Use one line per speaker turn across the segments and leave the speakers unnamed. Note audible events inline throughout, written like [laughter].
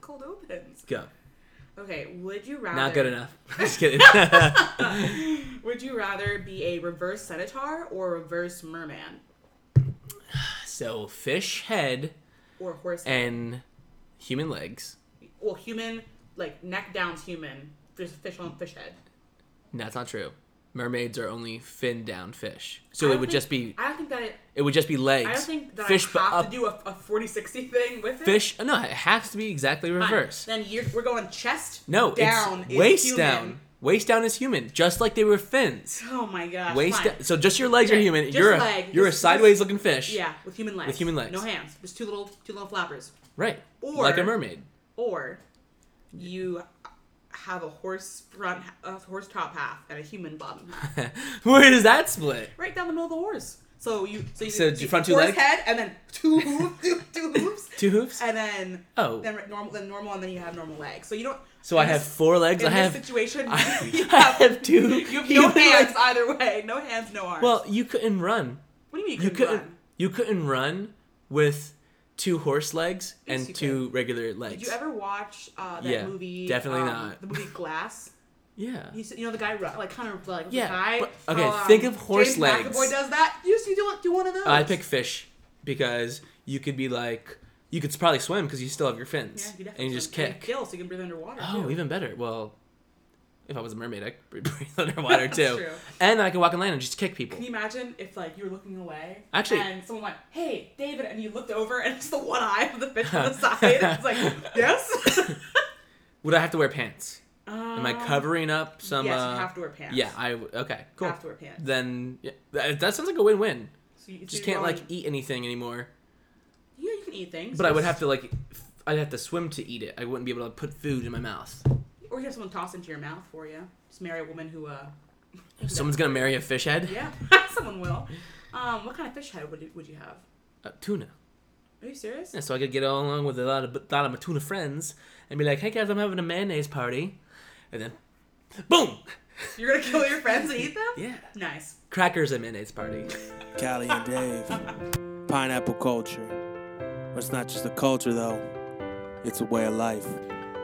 cold opens.
Go.
Okay, would you rather
Not good enough. [laughs] Just kidding.
[laughs] Would you rather be a reverse centaur or a reverse merman
so fish head
or horse?
and human legs.
well, human like neck down's human, just fish on fish head.
That's not true. Mermaids are only fin down fish. So
I
it
don't
would
think-
just be
I don't think that it,
it would just be legs.
I don't think that
fish
I
but
have
up
to do a, a 40-60 thing with it.
fish. No, it has to be exactly
Fine.
reverse.
Then you're, we're going chest
No,
down
it's
is
waist
human.
down. Waist down is human, just like they were fins.
Oh my gosh.
Waist
fine.
down. So just your legs are
Okay,
human.
just
you're a
leg,
you're
just-
a sideways looking fish.
Yeah, with human legs.
With human legs.
No hands. Just two little two little flappers.
Right.
Or-
like a mermaid. [laughs]
Or you have a horse front a horse top half and a human bottom
[laughs]
half.
Where does that split?
right down the middle of the horse. So you so you,
So
you
do front two
horse
legs?
head and then two [laughs] hooves, two,
[laughs]
two hooves,
Two hooves.
and then
Oh.
then re- normal, then normal, and then you have normal legs. So you don't.
So I
in
have
this-
four legs.
In
I
this
have
situation,
[laughs] I,
[laughs] you
I have
[laughs]
two.
You have no
human
hands
legs.
either way. No hands, no arms.
Well, you couldn't run.
what do you mean you
You
couldn't?
couldn't.
run?
You couldn't run with two horse legs
Yes,
and
you
two regular legs.
Did you ever watch uh, that
Yeah,
movie?
definitely
um,
not.
The movie Glass.
yeah.
You, s- you know the guy, ru- like kind of like
Yeah,
The guy,
but- okay,
how, um,
think of horse
James
legs.
McAvoy does that. You used to do, do one of those.
I pick fish because you could be like you could probably swim because you still have your
Yeah,
fins
you definitely
and you just
can. And
kick.
Gills, so you can breathe underwater.
Oh,
too.
even better. Well, if I was a mermaid, I could breathe breathe [laughs] underwater
That's
too,
true.
and I could walk on land and just kick people.
Can you imagine if like you were looking away,
Actually-
and someone went, "Hey, David," and you looked over, and [laughs] it's the one eye of the fish
[laughs]
on the side. It's like, yes.
Would I have to wear pants? Am I
Um,
covering up some?
Yes,
uh,
you have to wear pants.
Yeah, I w- okay,
you
cool.
have to wear pants.
Then yeah, that, that sounds like a win-win.
So you, so
Just
you're
can't like
going-
eat anything anymore.
Yeah, you can eat things,
But I would have to like, f- I'd have to swim to eat it. I wouldn't be able to put food in my mouth.
or you have someone toss into your mouth for you. Just marry a woman who,
[laughs]
uh,
Someone's gonna marry a fish head.
yeah, [laughs] someone will. Um, what kind of fish head would you, would you have?
Uh, tuna.
Are you serious?
Yeah, so I could get along with a lot of a lot of my tuna friends and be like, hey guys, I'm having a mayonnaise party, and then, boom,
You're gonna kill your friends and eat them?
[laughs] yeah,
Nice.
crackers at mayonnaise party.
Callie and Dave. Pineapple culture. It's not just a culture, though, it's a way of life.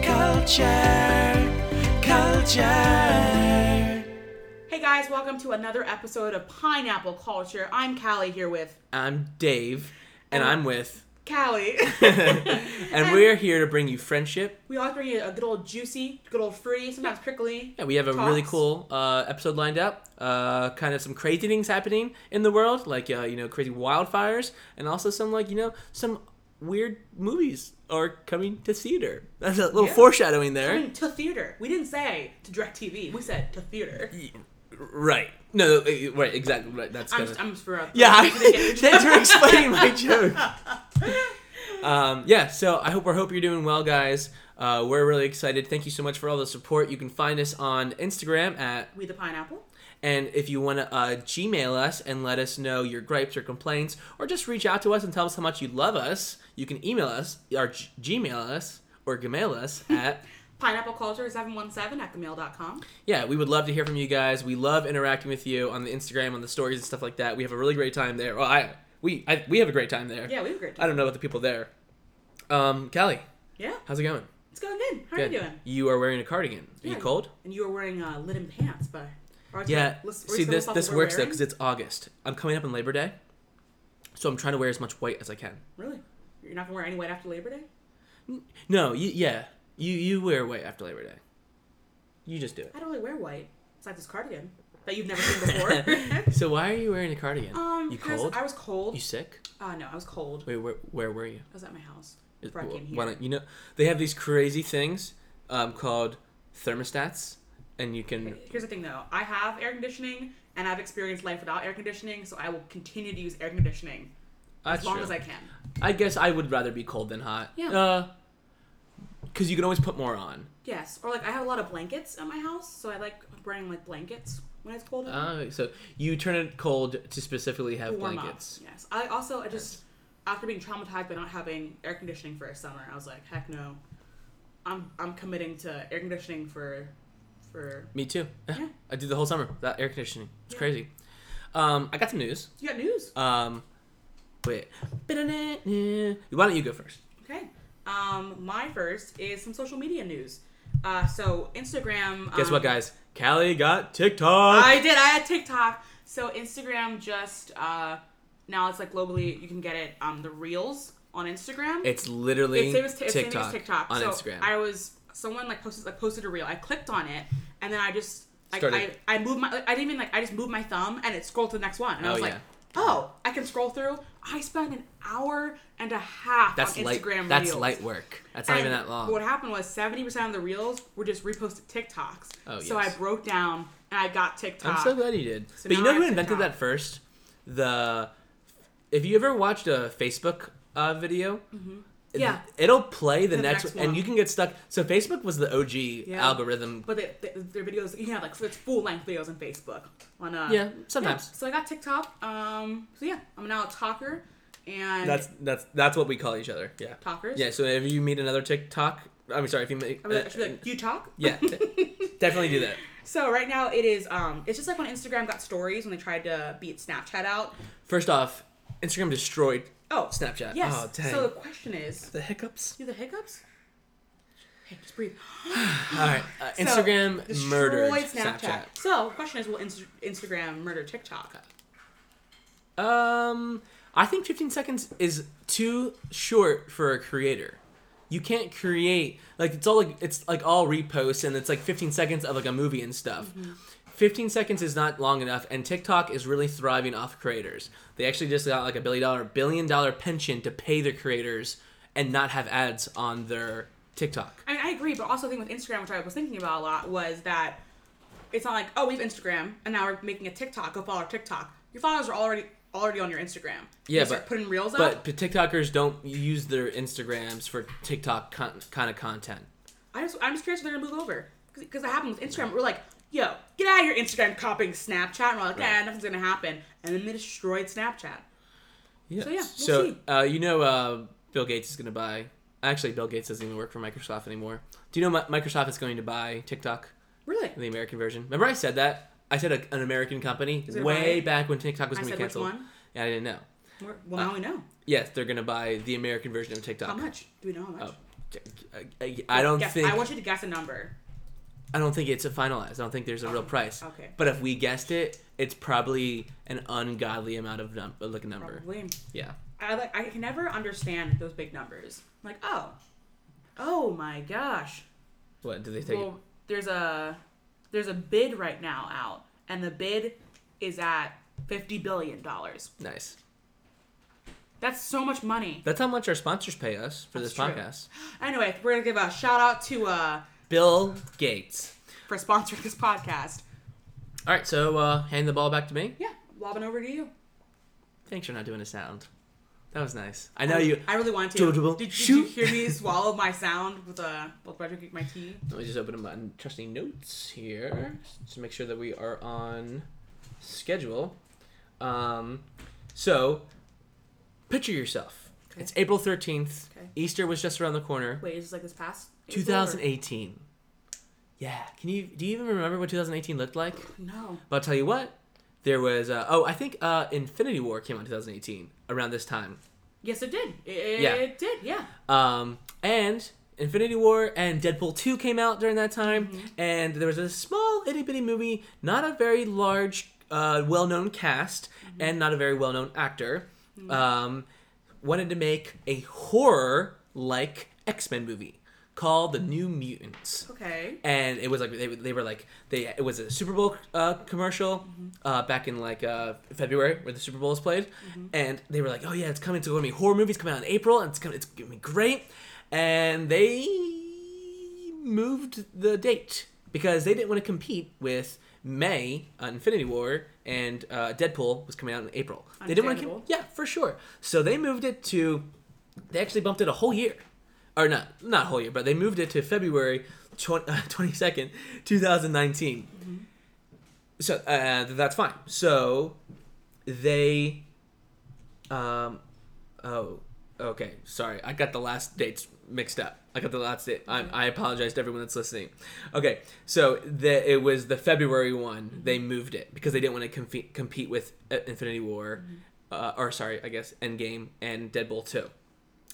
Culture. Culture.
Hey guys, welcome to another episode of Pineapple Culture. I'm Callie here with
I'm Dave, and I'm with, [laughs]
Callie. [laughs]
and we're here to bring you friendship.
We always bring you a good old juicy, good old fruity, sometimes prickly.
Yeah, we have a really
Talks.
cool uh, episode lined up. Uh, kind of some crazy things happening in the world, like uh, you know, crazy wildfires, and also some like you know some weird movies are coming to theater. [laughs] That's a little
Yeah.
foreshadowing there.
I mean, to theater. We didn't say to direct TV. We said to theater.
Right. No, no, eh, right, exactly. Right. That's
I'm
gonna.
just, I'm just for a
[laughs] yeah, I, [laughs]
I'm gonna get-
thanks for explaining my joke. Um, yeah, so I hope we hope you're doing well, guys. Uh, we're really excited. Thank you so much for all the support. You can find us on Instagram at,
[laughs] We the pineapple.
and if you want to uh, Gmail us and let us know your gripes or complaints, or just reach out to us and tell us how much you love us, you can email us or g- Gmail us or Gmail
[laughs]
us at.
Pineapple culture 717 at gmail.com.
yeah, we would love to hear from you guys. We love interacting with you on the Instagram, on the stories and stuff like that. We have a really great time there. Well, I we I, we have a great time there.
Yeah, we have a great
I
time.
don't know about the people there. Um, Callie,
Yeah,
how's it going?
it's going good. How are you doing?
You are wearing a cardigan. Are
Yeah.
you cold?
And you were wearing uh, linen pants, but. or it's
Yeah.
like, let's- we're
See,
just gonna
this
flip
this
what we're
works though
wearing?
because it's August. I'm coming up on Labor Day, so I'm trying to wear as much white as I can.
Really? You're not going to wear any white after Labor Day?
No, you yeah, you you wear white after Labor Day. You just do it.
I don't really wear white, besides this cardigan that you've never seen before. [laughs]
[laughs] so why are you wearing a cardigan?
um,
you
'cause
cold?
I was cold.
You sick?
Uh, no, I was cold.
Wait, where where were you?
I was at my house.
Is-
Before I came
Why
here.
don't you know they have these crazy things um, called thermostats, and you can
Here's the thing though I have air conditioning and I've experienced life without air conditioning, so I will continue to use air conditioning as
That's
long
true.
as I can.
I guess I would rather be cold than hot.
Yeah.
Uh, because Uh, you can always put more on.
Yes, or like I have a lot of blankets at my house, so I like wearing like blankets when it's cold.
Uh, so you turn it cold to specifically have
warm
blankets.
up. Yes, I also I just after being traumatized by not having air conditioning for a summer, I was like, heck no, I'm I'm committing to air conditioning for for.
Me too. [laughs]
Yeah.
I did the whole summer without air conditioning. It's crazy. Um, I got some news.
You got news?
Um, wait. Why don't you go first?
Okay. Um, my first is some social media news. Uh, so Instagram.
Guess
um,
what, guys? Callie got TikTok.
I did. I had TikTok. So Instagram just uh, now it's like globally you can get it um the Reels on Instagram.
it's literally
it's same as, it's same
TikTok,
as TikTok
on
so
Instagram.
I was someone like posted like posted a reel. I clicked on it and then I just like I,
Started.
I moved my like, I didn't even like I just moved my thumb and it scrolled to the next one and I
Oh,
was like,
yeah.
oh, I can scroll through. I spent an hour and a half
that's
on
light.
Instagram.
That's
reels.
light work. That's not even
And
that long.
What happened was seventy percent of the reels were just reposted TikToks.
Oh,
So
yes.
I broke down and I got TikTok.
I'm so glad you did.
So
but you
now
know
I
who
have
invented
TikTok.
that first? The if you ever watched a Facebook uh, video, it-
Yeah.
it'll play the,
The
next,
next
one, and
one.
you can get stuck. So Facebook was the OG algorithm.
But they, they, their videos, you can have like it's full length videos on Facebook. On uh,
Yeah, sometimes.
So I got TikTok. Um, so yeah, I'm now a talker, and
That's that's that's what we call each other. Yeah.
talkers.
Yeah. So if you meet another TikTok, I'm sorry, if you meet, uh,
I mean, I should be like, you talk. [laughs]
yeah, definitely do that.
So right now it is. Um, it's just like when Instagram got stories when they tried to beat Snapchat out.
First off, Instagram destroyed
Oh,
Snapchat.
Yes.
Oh, dang.
So the question is,
the hiccups.
do the hiccups? Hey, just breathe.
All right. Uh,
So,
Instagram
destroyed
murdered Snapchat.
So question is, will Inst- Instagram murder TikTok?
Um, I think 15 seconds is too short for a creator. You can't create like it's all like it's like all reposts and it's like 15 seconds of like a movie and stuff. 15 seconds is not long enough and TikTok is really thriving off creators. They actually just got like a billion dollar billion dollar pension to pay their creators and not have ads on their TikTok.
I mean, I agree, but also the thing with Instagram, which I was thinking about a lot, was that it's not like, oh, we have Instagram, and now we're making a TikTok. Go follow our TikTok. Your followers are already already on your Instagram.
Yeah,
you start
but-
putting reels
But
up.
but TikTokers don't use their Instagrams for TikTok con- kind of content.
I just, I'm just curious if they're gonna move over because that happened with Instagram. We're like, yo, get out of your Instagram copying Snapchat, and we're like, yeah, nothing's gonna happen, and then they destroyed Snapchat. So, yeah, we'll
So,
see.
uh, you know, uh, Bill Gates is going to buy. Actually, Bill Gates doesn't even work for Microsoft anymore. Do you know Mi- Microsoft is going to buy TikTok,
Really?
the American version? Remember, I said that. I said a, an American company
it
way
right?
back when TikTok was
I
going to be
said which
canceled.
one?
Yeah, I didn't know.
We're, well,
Uh,
now we know.
Yes, they're going to buy the American version of TikTok.
How much? Do we know how much?
Oh, t- I- I, I don't
Guess-
think.
I want you to guess a number.
I don't think it's a finalized. I don't think there's a real price.
okay.
But if we guessed it, it's probably an ungodly amount of num- like a number.
Probably.
Yeah.
I like I can never understand those big numbers. I'm like, oh, oh my gosh.
What do they take?
Well, there's a there's a bid right now out, and the bid is at fifty billion dollars.
nice.
That's so much money.
That's how much our sponsors pay us for this
That's true.
podcast.
Anyway, we're gonna give a shout out to uh
Bill Gates.
for sponsoring this podcast.
All right, so uh, hand the ball back to me.
Yeah, lobbing over to you.
Thanks for not doing a sound. That was nice. I know you.
I really want to.
Dodgeball.
Did, did you
Shoot.
hear
[laughs]
me swallow my sound with a with Frederick my tea?
Let me just open up my trusty notes here, just to make sure that we are on schedule. Um, so, picture yourself.
Okay.
It's April thirteenth.
Okay.
Easter was just around the corner.
Wait, is this like this past? April or-
2018. Yeah. Can you? Do you even remember what 2018 looked like?
No.
But I'll tell you what, there was uh, oh I think uh, Infinity War came out in 2018 around this time,
Yes, it did. It
Yeah.
did. Yeah.
um, and Infinity War and Deadpool 2 came out during that time, and there was a small itty bitty movie, not a very large, uh, well known cast, and not a very well known actor, um, wanted to make a horror like X Men movie called The New Mutants
Okay.
and it was like they, they were like they it was a Super Bowl uh, commercial uh, back in like uh, February where the Super Bowl is played, and they were like, oh yeah, it's coming to be horror movies coming out in April, and it's coming, it's gonna be great, and they moved the date because they didn't want to compete with May uh, Infinity War and uh, Deadpool was coming out in April. They didn't want to,
Understandable.
yeah, for sure. So they moved it to, they actually bumped it a whole year or not not whole year, but they moved it to February [laughs] twenty second, two thousand nineteen. So uh, that's fine. So they, um, oh, okay. Sorry, I got the last dates mixed up. I got the last date. I, I apologize to everyone that's listening. Okay, so the, it was the February one. They moved it because they didn't want to compete compete with uh, Infinity War, uh, or sorry, I guess Endgame and Deadpool two.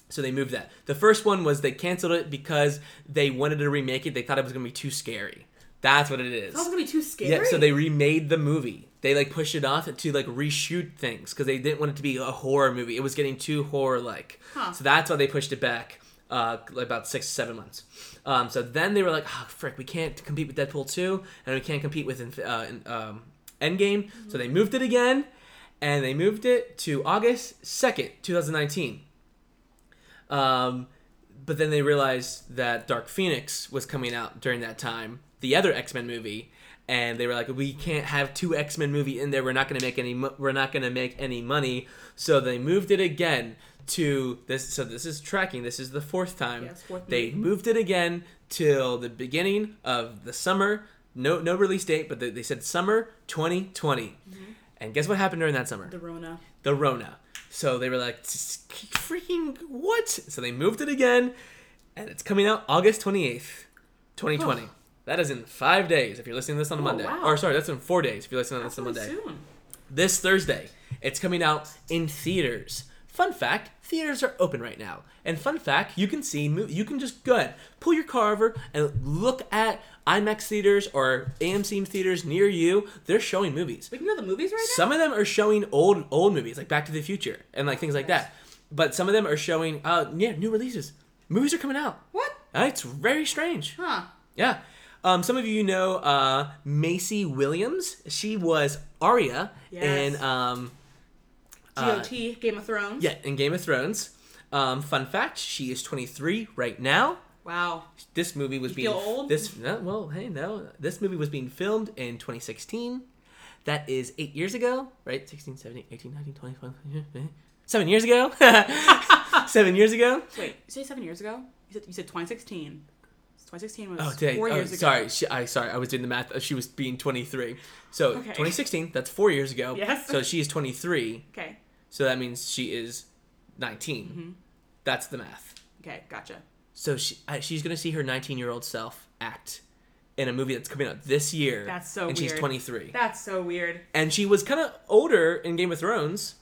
So they moved that. The first one was they canceled it because they wanted to remake it. They thought it was going to be too scary. That's what it is.
That's gonna be too scary.
Yeah, so they remade the movie. They like pushed it off to like reshoot things because they didn't want it to be a horror movie. It was getting too horror like.
Huh.
So that's why they pushed it back uh, about six seven months. Um, so then they were like, oh, frick, we can't compete with Deadpool 2 and we can't compete with Inf- uh, in- um, Endgame. So they moved it again and they moved it to August 2nd, 2019. Um, but then they realized that Dark Phoenix was coming out during that time, the other X Men movie, and they were like, "We can't have two X Men movie in there. We're not going to make any. Mo- we're not going to make any money." So they moved it again to this. So this is tracking. This is the fourth time
Yeah, it's fourth
they
movie.
moved it again till the beginning of the summer. No, no release date, but they, they said summer 2020. And guess what happened during that summer?
the Rona.
the Rona. So they were like, "S- freaking what? So they moved it again, and it's coming out August 28th, 2020. That is in five days if you're listening to this on a Monday.
Oh, wow.
Or sorry, that's in four days if you're listening to this on
Really
Monday.
soon.
This Thursday, it's coming out in theaters. Fun fact: theaters are open right now. And fun fact: you can see, mo- you can just go ahead, pull your car over, and look at IMAX theaters or AMC theaters near you. They're showing movies.
We can go to the movies right now.
Some of them are showing old old movies like Back to the Future and like things like that. But some of them are showing uh yeah, new releases. Movies are coming out.
What?
Uh, It's very strange.
Huh?
Yeah. Um, some of you know uh, Macy Williams. She was Arya
Yes.
in um, uh,
GOT Game of Thrones.
yeah in Game of Thrones. Um, fun fact: She is 23 right now.
Wow.
This movie was being
feel old?
this no, well hey no this movie was being filmed in 2016. That is eight years ago, right? 16, 17, 18, 19, 20, 21, 22, seven years ago. [laughs] seven years ago.
[laughs] Wait, you say seven years ago? You said you said 2016. 2016 was
Oh,
four
dang. oh,
years ago.
Sorry, she, I sorry, I was doing the math. Uh, She was being 23. So
Okay.
2016, that's four years ago.
Yes.
So she is 23.
Okay.
So that means she is 19.
Mm-hmm.
That's the math.
Okay. Gotcha.
So she I, she's gonna see her 19 year old self act in a movie that's coming out this year.
That's so
And she's
weird.
23.
That's so weird.
and she was kind of older in Game of Thrones,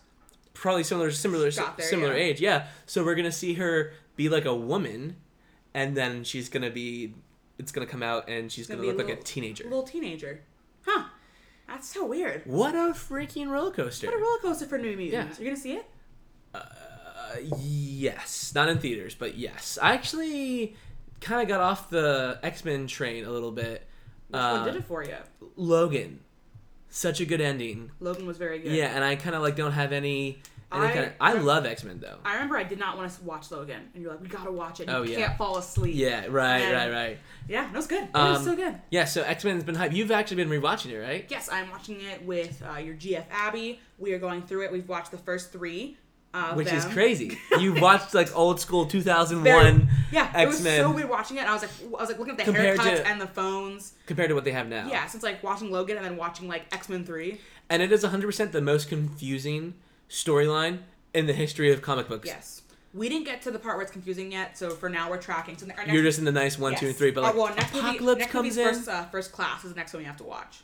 probably similar, similar,
Got there,
similar
yeah.
age. Yeah. So we're gonna see her be like a woman, and then she's gonna be. It's gonna come out, and she's gonna,
Gonna be
look like a
little-
teenager.
Little teenager. Huh? That's so weird.
what a freaking roller coaster!
What a roller coaster for New Mutants.
Yeah.
You're gonna see it?
Uh, yes, not in theaters, but yes. I actually kind of got off the X Men train a little bit.
Which
Uh,
one did it for you?
Logan, such a good ending.
Logan was very good.
Yeah, and I kind of like don't have any. any
I-
I, kinda, I love X Men though.
I remember I did not want to watch Logan, and you're like, "We gotta watch it. You
Oh,
can't
yeah.
fall asleep."
yeah, right,
And-
right, right.
Yeah. No, it's good. It
Um,
was so good.
Yeah, so X Men's been hype. You've actually been rewatching it, right?
Yes, I'm watching it with uh, your GF Abby. We are going through it. We've watched the first three. Of
Which is
them. [laughs]
crazy. You watched like old school 2001
Very- Yeah,
X
it was so
Men
weird watching it. I was like, I was like looking at the
Compared
haircuts
to-
and the phones.
compared to what they have now.
Yeah, since like watching Logan and then watching like X Men Three.
And it is 100% the most confusing storyline in the history of comic books.
Yes, we didn't get to the part where it's confusing yet. So for now, we're tracking. So our next,
You're just in the nice one, two, and
yes.
three, but
Our-
like
well, next movie-
Apocalypse
next
comes
movie's
in.
First, uh, first class is the next one you have to watch.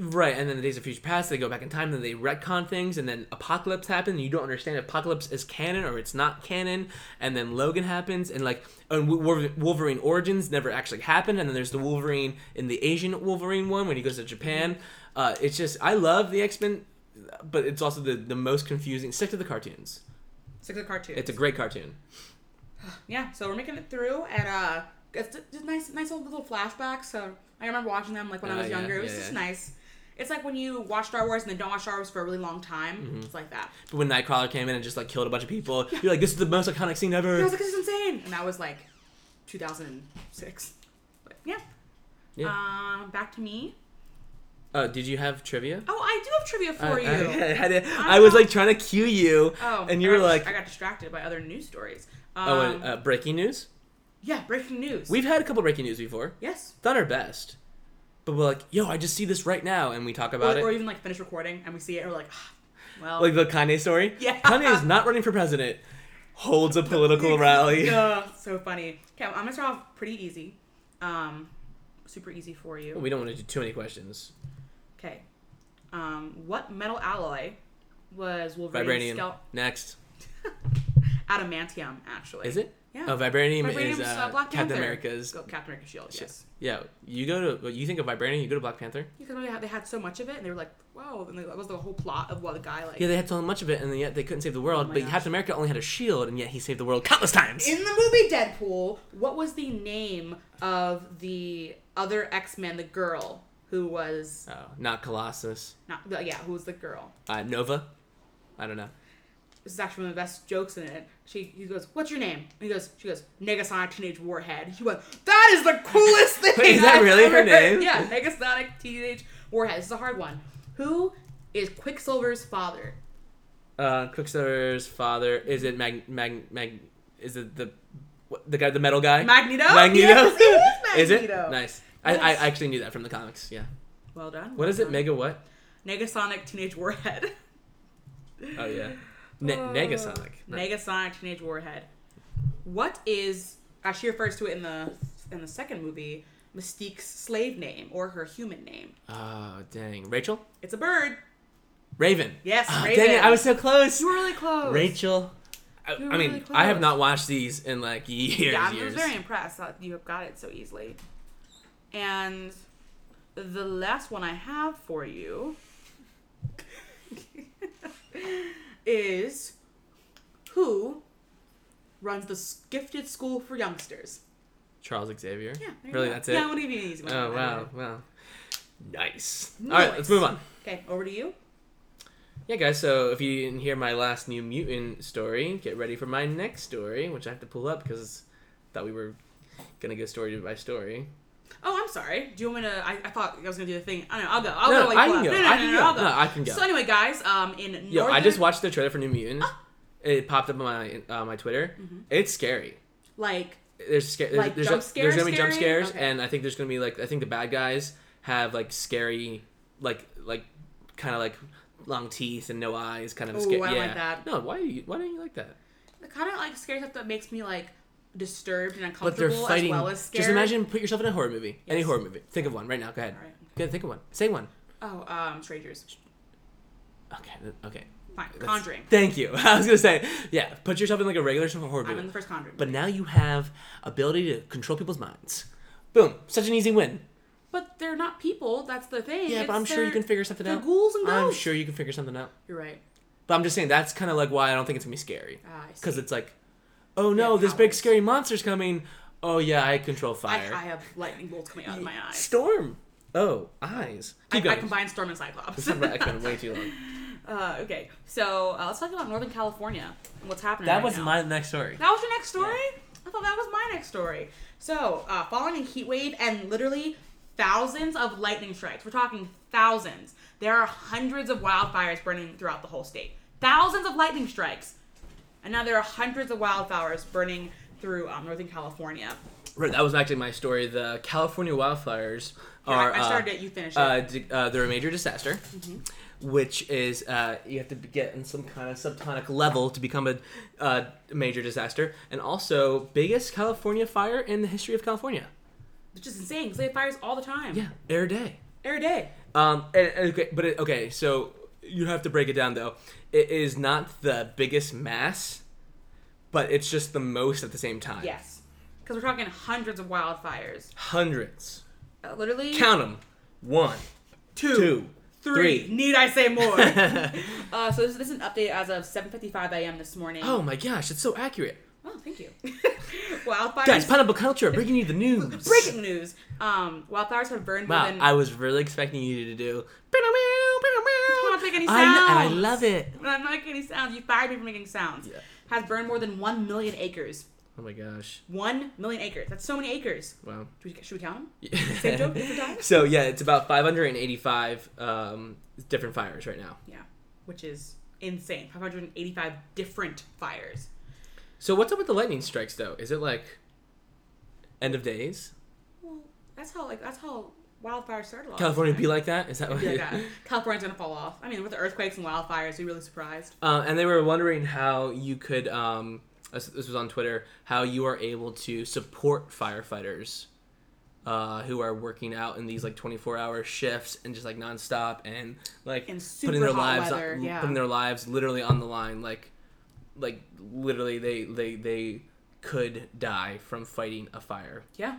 Right, and then the Days of Future Past, they go back in time, then they retcon things, and then Apocalypse happens, and you don't understand if Apocalypse is canon or it's not canon, and then Logan happens, and like, and Wo- Wolver- Wolverine Origins never actually happened, and then there's the Wolverine in the Asian Wolverine one when he goes to Japan. Uh, it's just, I love the X Men, but it's also the, the most confusing. Stick to the cartoons.
Six of the cartoons.
It's a great cartoon.
yeah, so we're making it through, and uh, it's ju- just nice, nice old little flashbacks. So I remember watching them like when I
Ah,
was
yeah,
younger. It was
yeah,
just
yeah.
nice. It's like when you watch Star Wars and then don't watch Star Wars for a really long time.
Mm-hmm.
It's like that.
But when Nightcrawler came in and just like killed a bunch of people, you're like, this is the most iconic scene ever.
And I was like, this is insane. And that was like 2006. But yeah.
yeah.
Um, back to me.
uh, did you have trivia?
Oh, I do have trivia for
I, [laughs]
you.
I, I, had it-
I
I was
know.
like trying to cue you,
oh,
and you
I
were
got-
like,
I got distracted by other news stories. Um,
"Oh, and, uh, breaking news."
Yeah, breaking news.
We've had a couple breaking news before.
yes.
Done our best, but we're like, yo, I just see this right now, and we talk about
Or,
it.
or even like finish recording and we see it and we're like, ah, well,
like the Kanye story.
[laughs] Yeah.
Kanye is not running for president.
[laughs]
Holds a political rally.
Ugh, [laughs] so funny. Okay, I'm gonna start off pretty easy. Um, super easy for you.
We don't want to do too many questions.
Okay. Um, what metal alloy was Wolverine's
Vibranium.
scalp?
Next.
Adamantium, actually.
Is it?
Yeah.
Oh, vibranium,
Vibranium
is uh,
Black
Captain
Panther.
America's.
Go- Captain America's shield. Yes.
Yeah, you go to you think of vibranium, you go to Black Panther.
Because they had, they had so much of it, and they were like, "Whoa!" And they, that was the whole plot of what the guy like
Yeah, they had so much of it, and yet they couldn't save the world.
Oh my
but
gosh.
Captain America only had a shield, and yet he saved the world countless times.
In the movie Deadpool, what was the name of the other X Men, the girl who was
oh, not Colossus,
not, the- yeah, who was the girl?
uh, Nova. I don't know.
This is actually one of the best jokes in it. She he goes, "What's your name?" And he goes, "She goes, Negasonic Teenage Warhead." He went, "That is the coolest thing."
Wait, is that
I've
really her
ever heard."
name?
Yeah, Negasonic Teenage Warhead. This is a hard one. Who is Quicksilver's father?
Uh, Quicksilver's father is it Mag Mag Mag? Is it the what, the guy the metal guy?
Magneto?
Magneto.
Yes, it
[laughs]
is
it
Magneto.
nice? I, I
Yes.
actually knew that from the comics. Yeah.
Well done.
What
well
is it?
done.
Mega what?
Negasonic Teenage
[laughs]
Warhead.
Oh yeah. Ne- Negasonic.
Negasonic Teenage Warhead. What is as she refers to it in the in the second movie, Mystique's slave name or her human name?
Oh dang, Rachel.
It's a bird.
Raven.
Yes,
Ah,
Raven.
Dang it, I was so close.
You were really close.
Rachel. I,
You were
I mean,
really
I have
close.
not watched these in like years.
Yeah, I was
years.
very impressed that you have got it so easily. And the last one I have for
[laughs]
you is who runs the s- gifted school for youngsters?
Charles Xavier.
Yeah, there you
Really,
go.
that's
Yeah, I
it.
wouldn't even easy one.
oh wow, wow. Nice. All
Nice.
right, let's move on.
Okay, over to you.
Yeah, guys. So if you didn't hear my last New Mutant story, get ready for my next story, which I have to pull up because thought we were gonna go story by story.
Oh, I'm sorry. Do you want me to? I, I thought I was gonna do the thing. I don't know. I'll go. I'll
No,
go. Like,
I can
bluff.
go.
No, no,
I
no,
can
no,
go.
I'll go.
No, I can go.
So anyway, guys, um, in northern, Ah!
Yo, I just watched the trailer for New Mutant. It popped up on my uh, my Twitter.
Mm-hmm.
It's scary.
like
there's sca-
Like
there's,
jump
there's,
scares
there's gonna be jump
scary?
scares
Okay.
and i think there's gonna be like i think the bad guys have like scary like like kind of like long teeth and no eyes kind of
Ooh,
scary
I don't
yeah
like that.
no why do you why don't you like that
kind of like scary stuff that makes me like disturbed and
but they're
uncomfortable
fighting
as well as scared.
just imagine put yourself in a horror movie any
Yes.
horror movie think of one right now go ahead
All right.
go ahead, think of one say one
Oh, um, strangers.
okay th- okay
Fine,
That's-
Conjuring.
thank you [laughs] i was gonna say yeah put yourself in like a regular horror
I'm in
movie
the first Conjuring.
but now you have ability to control people's minds boom such an easy win
but they're not people. That's the thing.
Yeah,
It's
but I'm sure you
their-
can figure something
they're
out.
ghouls and
I'm
ghosts.
sure you can figure something out.
You're right.
But I'm just saying that's kind of like why I don't think it's gonna be scary.
Ah, I see.
Because it's like, oh no, this big
powers.
scary monster's coming. Oh yeah, I control
I,
fire.
I have lightning bolts coming out of
[laughs]
my eyes.
Storm. Oh, eyes. Keep
I, I
going.
combine storm and cyclops.
This is about X-Men way too long.
[laughs] uh, okay, so uh, let's talk about Northern California and what's happening.
That
right
was
now.
my next story.
That was your next story? I thought that was my next story. So, uh, following a heat wave and literally thousands of lightning strikes. We're talking thousands. There are hundreds of wildfires burning throughout the whole state. Thousands of lightning strikes. And now there are hundreds of wildfires burning through um, Northern California.
Right, that was actually my story. The California wildfires are.
I, I
uh,
started it, you finished it.
uh, d- uh, they're a major disaster, which is uh, you have to be- get in some kind of subtonic level to become a uh, major disaster, and also biggest California fire in the history of California.
It's just insane because they have fires all the time.
Yeah, air day.
Every day.
Um, and, and okay, but it, okay, so you have to break it down though. It is not the biggest mass, but it's just the most at the same time.
Yes. Because we're talking hundreds of wildfires.
hundreds.
Uh, literally.
Count them. One,
two.
two,
three.
three.
Need I say more?
[laughs]
[laughs] uh, so this, this is an update as of 7:55 a.m. this morning.
Oh my gosh, it's so accurate.
Oh, thank [laughs] you. wildfires.
Guys, pineapple culture bringing you the news.
breaking news. Um, wildfires have burned more
Wow,
than.
I was really expecting you to do.
I'm not making any
I know- and I
sounds.
love it.
[laughs] I'm not making any sounds. You fired me for making sounds.
Yeah.
Has burned more than one million acres.
Oh my gosh!
One million acres. That's so many acres.
Wow.
Should we, should we count them? Same joke different time?
[laughs] so yeah, it's about 585 um, different fires right now.
Yeah, which is insane. 585 different fires.
So what's up with the lightning strikes though? Is it like End of days.
Well, that's how like that's how wildfires started. off.
California be like that. Is that what?
Yeah, God. California's gonna fall off. I mean, with the earthquakes and wildfires, we really surprised.
Um, and they were wondering how you could. Um, this this was on Twitter. How you are able to support firefighters uh, who are working out in these like 24-hour shifts and just like nonstop and like
In
putting
super
their
hot
lives
weather,
on,
yeah.
putting their lives literally on the line. Like, like literally, they they they could die from fighting a fire.
Yeah.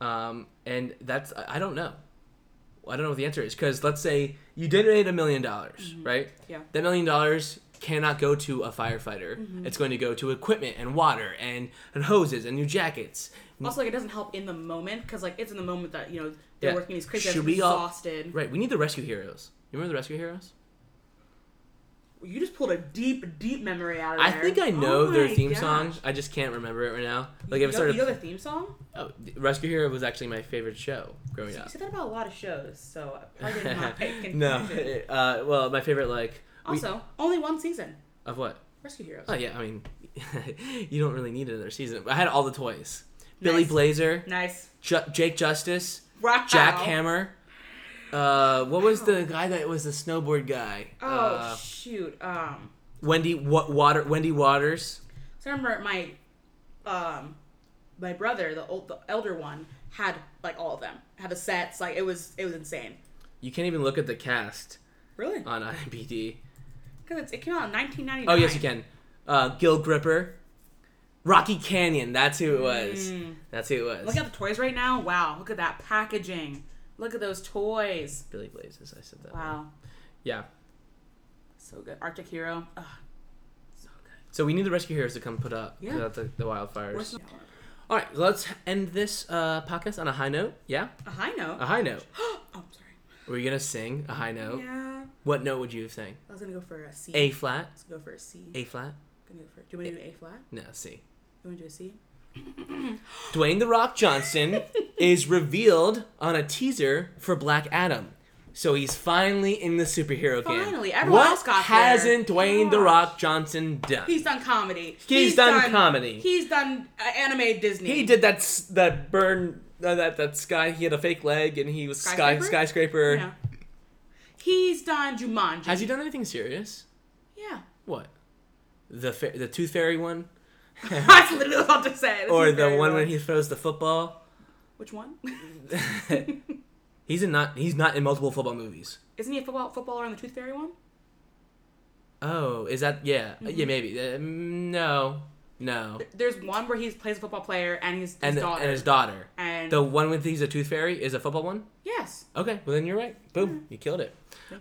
Um, and that's I I don't know. I don't know what the answer is because let's say you donate a million dollars, right?
Mm-hmm. Yeah.
That million dollars cannot go to a firefighter.
Mm-hmm.
It's going to go to equipment and water and, and hoses and new jackets.
Also, like it doesn't help in the moment because like it's in the moment that you know they're
Yeah.
working these crazy.
Should
Should
we all-
exhausted?
Right. We need the rescue heroes. You remember the rescue heroes?
You just pulled a deep, deep memory out of
I
there.
think I know
Oh
their
my
theme
gosh.
song. I just can't remember it right now. Like
you,
if it
know, you know the
started,
theme song?
oh, Rescue Hero was actually my favorite show growing
You
up.
said that about a lot of shows, so I probably did
[laughs]
not pay attention.
no, uh, well, my favorite like we-
Also, only one season.
of what?
Rescue Heroes.
Oh yeah, I mean, [laughs] you don't really need another season. I had all the toys: Billy
Nice.
Blazer,
Nice.
Ju- Jake Justice,
Wow.
Jack Hammer. Uh, what was the guy that was the snowboard guy?
Oh
Uh,
shoot. Um,
Wendy Wa- Water. Wendy Waters.
so I remember my, um, my brother, the old, the elder one, had like all of them. Had the sets. Like it was, it was insane.
You can't even look at the cast
Really?
on [laughs] IMDb.
Because it came out in 1999.
Uh. Oh yes, you can. Uh, Gil Gripper, Rocky Canyon. That's who it was. That's who it was.
Mm. Look at the toys right now. Wow. Look at that packaging. Look at those toys.
Billy Blazes. I said that.
Wow.
Yeah.
So good. Arctic Hero. Ugh. So good.
So we need the rescue heroes to come put up
Yeah.
put out the, the wildfires.
Where's the-
All right, let's end this uh, podcast on a high note. Yeah,
A high note.
a high note.
[gasps] oh, I'm sorry.
Were you gonna sing a high note?
Yeah.
What note would you have sang?
I was gonna go for a C.
A flat,
Let's go for a C.
A flat.
Gonna go for. Do you want to do A flat?
No, C.
You want to do a C?
Dwayne the
[laughs]
Rock Johnson is revealed on a teaser for Black Adam, so he's finally in the superhero game.
Finally, everyone
what
else got there.
hasn't Dwayne the
Gosh.
Rock Johnson done?
He's done comedy. He's,
Uh, done comedy.
He's done uh, anime Disney.
he did that s- that burn uh, that that sky. He had a fake leg and he was skyscraper. Sky,
Skyscraper?
skyscraper.
Yeah. He's done Jumanji.
Has he done anything serious?
Yeah. [laughs]
What? The fa- the tooth fairy one,
That's literally what I was about to say. This
or
is
the
very
one
wrong.
when he throws the football?
Which one? [laughs]
he's in not he's not in multiple football movies.
Isn't he a football footballer in the Tooth Fairy one?
Oh, is that yeah
Mm-hmm.
yeah maybe Uh, mm, no no
There's one where he plays a football player and he's his
and the-
daughter.
and his daughter
And-
the one with he's a tooth fairy is a football one.
yes.
Okay, well then you're right. Boom,
Mm.
you killed it.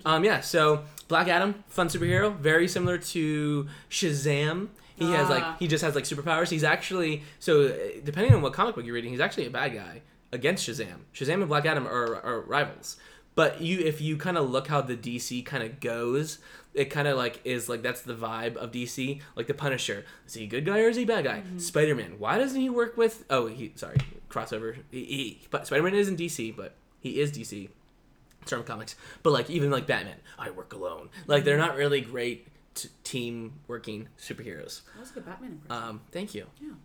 Um, yeah, so Black Adam, fun superhero, very similar to Shazam. He has
Ah.
like he just has like superpowers. He's actually so uh, depending on what comic book you're reading, he's actually a bad guy against Shazam. Shazam and Black Adam are, are rivals. But you, if you kind of look how the DC kind of goes, it kind of like is like that's the vibe of DC. Like the Punisher, is he a good guy or is he a bad guy? Spider Man, why doesn't he work with? Oh, he sorry crossover. He, he, but Spider Man isn't DC, but he is DC. Storm Comics, but like even like Batman, I work alone. Like they're not really great t- team working superheroes.
That was a good Batman impression.
Um, thank you.
Yeah.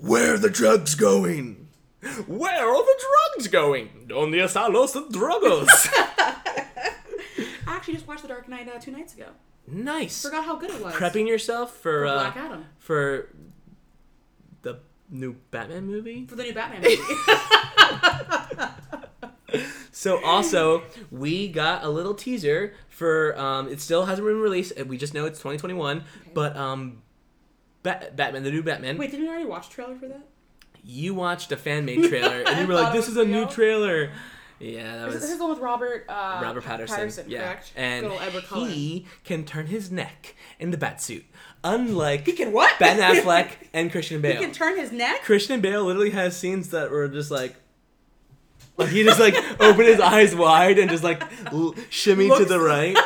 Where are the drugs going? Where are the drugs going? Donde están los drogos? [laughs]
I actually just watched The Dark Knight uh, two nights ago.
nice.
Forgot how good it was.
Prepping yourself for,
For
uh,
Black Adam.
for the new Batman movie.
for the new Batman
[laughs]
movie.
So also, we got a little teaser for um, it still hasn't been released. and We just know it's 2021, but um, Bat- Batman, the new Batman.
Wait, didn't we already watch a trailer for that?
You watched a fan made trailer and you
[laughs]
were
I
like,
thought it
"This
was
is a new
real.
trailer." Yeah, that
This, this
was
is the one with Robert uh,
Robert Patterson. yeah,
correct?
and
Good old Edward Cullen.
he can turn his neck in the bat suit, unlike he
can what?
Ben Affleck and Christian Bale.
He can turn his neck.
Christian Bale literally has scenes that were just like, like he just like opened his eyes wide and just like l- shimmy to
Looks- [laughs]
the right.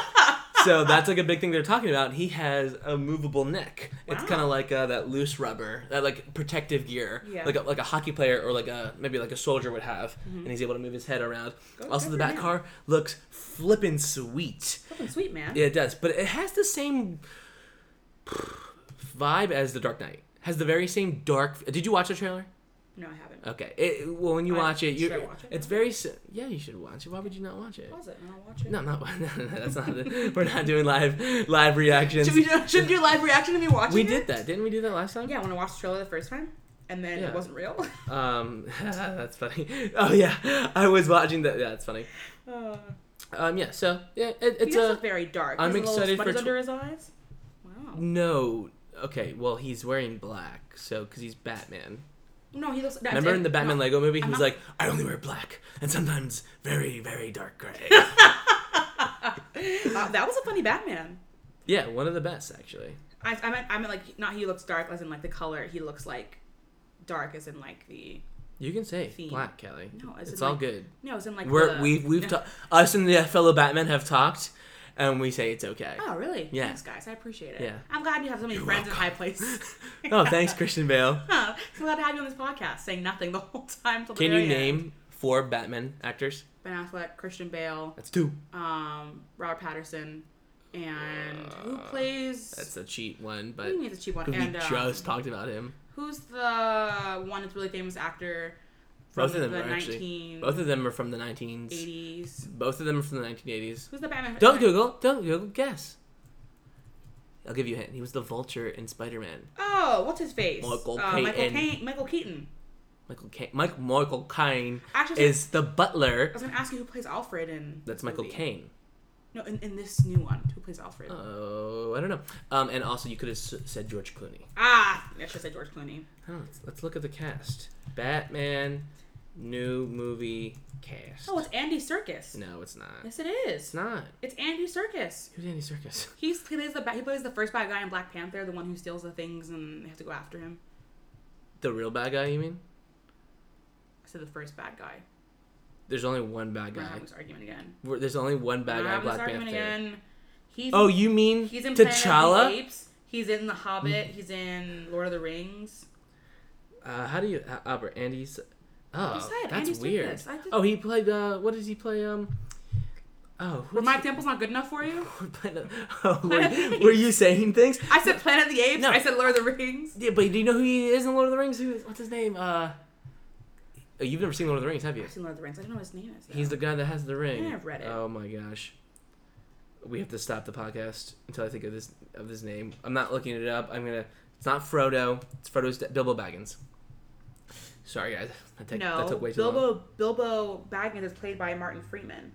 So that's like a big thing they're talking about. He has a movable neck. It's
Wow.
kind of like uh, that loose rubber, that like protective gear,
Yeah. Mm-hmm.
like a, like a hockey player or like a maybe like a soldier would have, and he's able to move his head around. also,
good for
the back
him.
car looks flippin' sweet.
Fucking sweet man.
Yeah, it does, but it has the same vibe as the Dark Knight. has the very same dark. Did you watch the trailer?
No, I haven't.
Okay. It, well, when Uh, you
I-
watch it, you
should I watch it?
it's very. si- Yeah, you should watch it. Why would you not watch it?
Pause it and I'll watch it.
No, not [laughs] no, no, that's not. The, we're not doing live live reactions.
Should we do, should we do live reaction to me watching
We
it?
did that, didn't we? Do that last time?
Yeah, when I watched the trailer the first time, and then
Yeah.
it wasn't real. [laughs]
Um, [laughs] that's funny. Oh yeah, I was watching that. Yeah, that's funny.
uh,
Um, yeah. So yeah, it,
he does
it's a
look very dark.
I'm
He has
excited for
little spuds
tw-
under his eyes. Wow.
no. Okay, well he's wearing black, so because he's Batman.
No, he looks. that's
Remember
it.
in the Batman
No.
Lego movie, he
I'm
was
not-
like, "I only wear black, and sometimes very, very dark gray."
[laughs] Wow, Uh, that was a funny Batman.
yeah, one of the best actually.
I, I meant, I meant like not he looks dark as in like the color. He looks like dark as in like the
You can say
Theme.
black, Kelly.
No, as
it's,
in,
all
like,
good.
no, as in like
We're,
the-
we've we've
Yeah.
ta- us and the fellow Batman have talked, and we say it's okay.
Oh [laughs] really?
Yeah.
Thanks guys, I appreciate it.
Yeah.
I'm glad you have so many friends
welcome.
in high
[laughs]
places.
Oh, thanks, Christian Bale.
Huh. [laughs] I'm glad to have you on this podcast, saying nothing the whole time. till the
Can you
very end.
name four Batman actors?
Ben Affleck, Christian Bale,
That's two.
um, Robert Patterson, and who plays?
Uh, That's a cheat one,
I
but
think it's a cheap one.
we
And um,
just talked about him.
who's the one that's really famous actor from
Both of them
the
are actually.
nineteen
Both of them are from the 19s.
eighties?
Both of them are from
[laughs]
the 1980s.
Who's the Batman?
Don't Google. Don't Google. Guess. I'll give you a hint. He was the Vulture in Spider-Man.
Oh, what's his face?
Michael
Uh, Michael,
Payton.
Payne, Michael Keaton.
Michael Caine. Mike Michael
[laughs]
Caine
Actually,
is the butler.
I was gonna ask you who plays Alfred in. this
That's Michael
movie.
Caine.
No, in, in this new one, who plays Alfred?
Oh, I don't know. Um, and also you could have s- said George Clooney.
Ah, I should say George Clooney.
I don't know. Let's- Let's look at the cast. Batman, new movie cast.
Oh, it's Andy Circus.
no, it's not.
Yes, it is.
It's not.
It's Andy Circus.
Who's Andy Circus?
He's, he plays the ba- he plays the first bad guy in Black Panther, the one who steals the things and they have to go after him.
[laughs] The real bad guy, you mean?
I said the first bad guy.
There's only one bad
We're not
guy.
having this argument again.
We're- There's only one
We're
bad
not
guy. in
having
Black
this
Panther.
argument again. He's
Oh, you mean
he's in Planet of the
T'Challa?
Apes. He's in The Hobbit. He's in Lord of the Rings.
Uh, how do you, uh, Albert? Andy's. Oh,
You said
that's
Andy's
weird.
Circus. I did-
Oh, he played. Uh, what does he play? Um. Oh, who
Were
did
my
he-
examples not good enough for you?
[laughs] Planet of- oh, were,
Planet of the
you,
Apes.
were you saying things?
I said Planet of the Apes.
No.
I said Lord of the Rings.
Yeah, but do you know who he is in Lord of the Rings? Who? What's his name? Uh. Oh, you've never seen Lord of the Rings, have you?
I've seen Lord of the Rings. I don't know what his name is. though.
He's the guy that has the ring.
Yeah, I've read it.
Oh my gosh. We have to stop the podcast until I think of this of his name. I'm not looking it up. I'm gonna. It's not Frodo. It's Frodo's d- Bilbo Baggins. Sorry guys, that, take,
no.
that took way too
Bilbo
long.
Bilbo Baggins is played by Martin Freeman.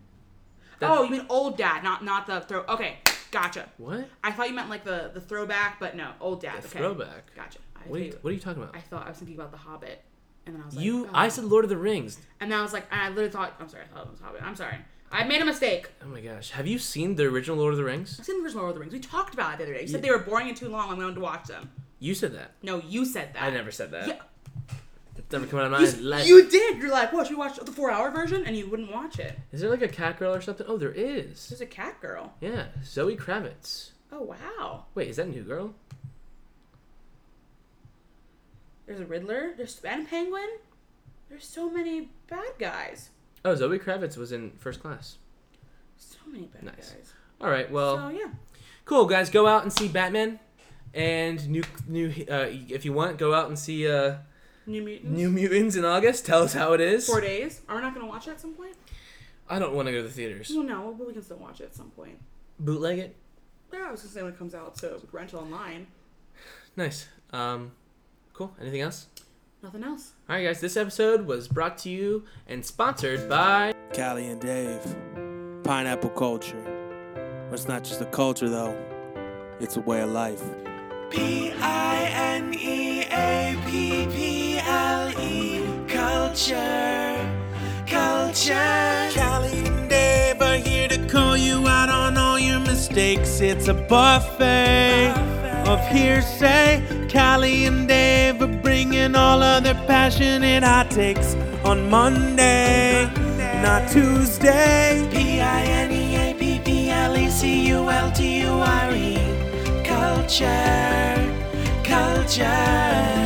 That-
oh, you mean old dad, not not the throw. Okay, gotcha.
What?
I thought you meant like the the throwback, but no, old dad.
The
okay.
throwback.
Gotcha. I,
What are, you,
thought,
what are you talking about?
I thought I was thinking about the Hobbit, and then I was like,
you.
oh.
I said Lord of the Rings.
and then I was like, I literally thought, I'm sorry, I thought it was Hobbit. I'm sorry, I made a mistake.
Oh my gosh. Have you seen the original Lord of the Rings?
I've seen the original Lord of the Rings. We talked about it the other day. You said they were boring and too long. I'm going to watch them.
You said that.
No, you said that.
I never said that.
Yeah.
It's never come out of my
You,
life.
you did. You're like, well, should we watch the four hour version? And you wouldn't watch it.
Is there like a cat girl or something? Oh, there is.
There's a cat girl.
Yeah, Zoe Kravitz.
Oh wow.
Wait, is that New Girl?
There's a Riddler. There's and a Penguin. There's so many bad guys.
Oh, Zoe Kravitz was in First Class.
So many bad
Nice.
guys.
All right, well,
so yeah.
cool guys. Go out and see Batman, and new new uh, if you want, go out and see uh,
New Mutants.
New Mutants in August. Tell us how it is.
Four days. Are we not going to watch it at some point?
I don't want to go to the theaters.
Well, no, but we can still watch it at some point.
Bootleg it.
Yeah, I was going to say when it comes out, so rent it online.
Nice. Um, cool. Anything else?
Nothing else.
All right, guys. This episode was brought to you and sponsored by.
Callie and Dave, pineapple culture. It's not just a culture though, it's a way of life.
P I N E A P P L E culture. Culture.
Callie and Dave are here to call you out on all your mistakes. It's a buffet of hearsay. Callie and Dave are bringing all of their passionate hot takes on Monday, not Tuesday.
P I N E A P P L E C U L T U R E culture. Culture.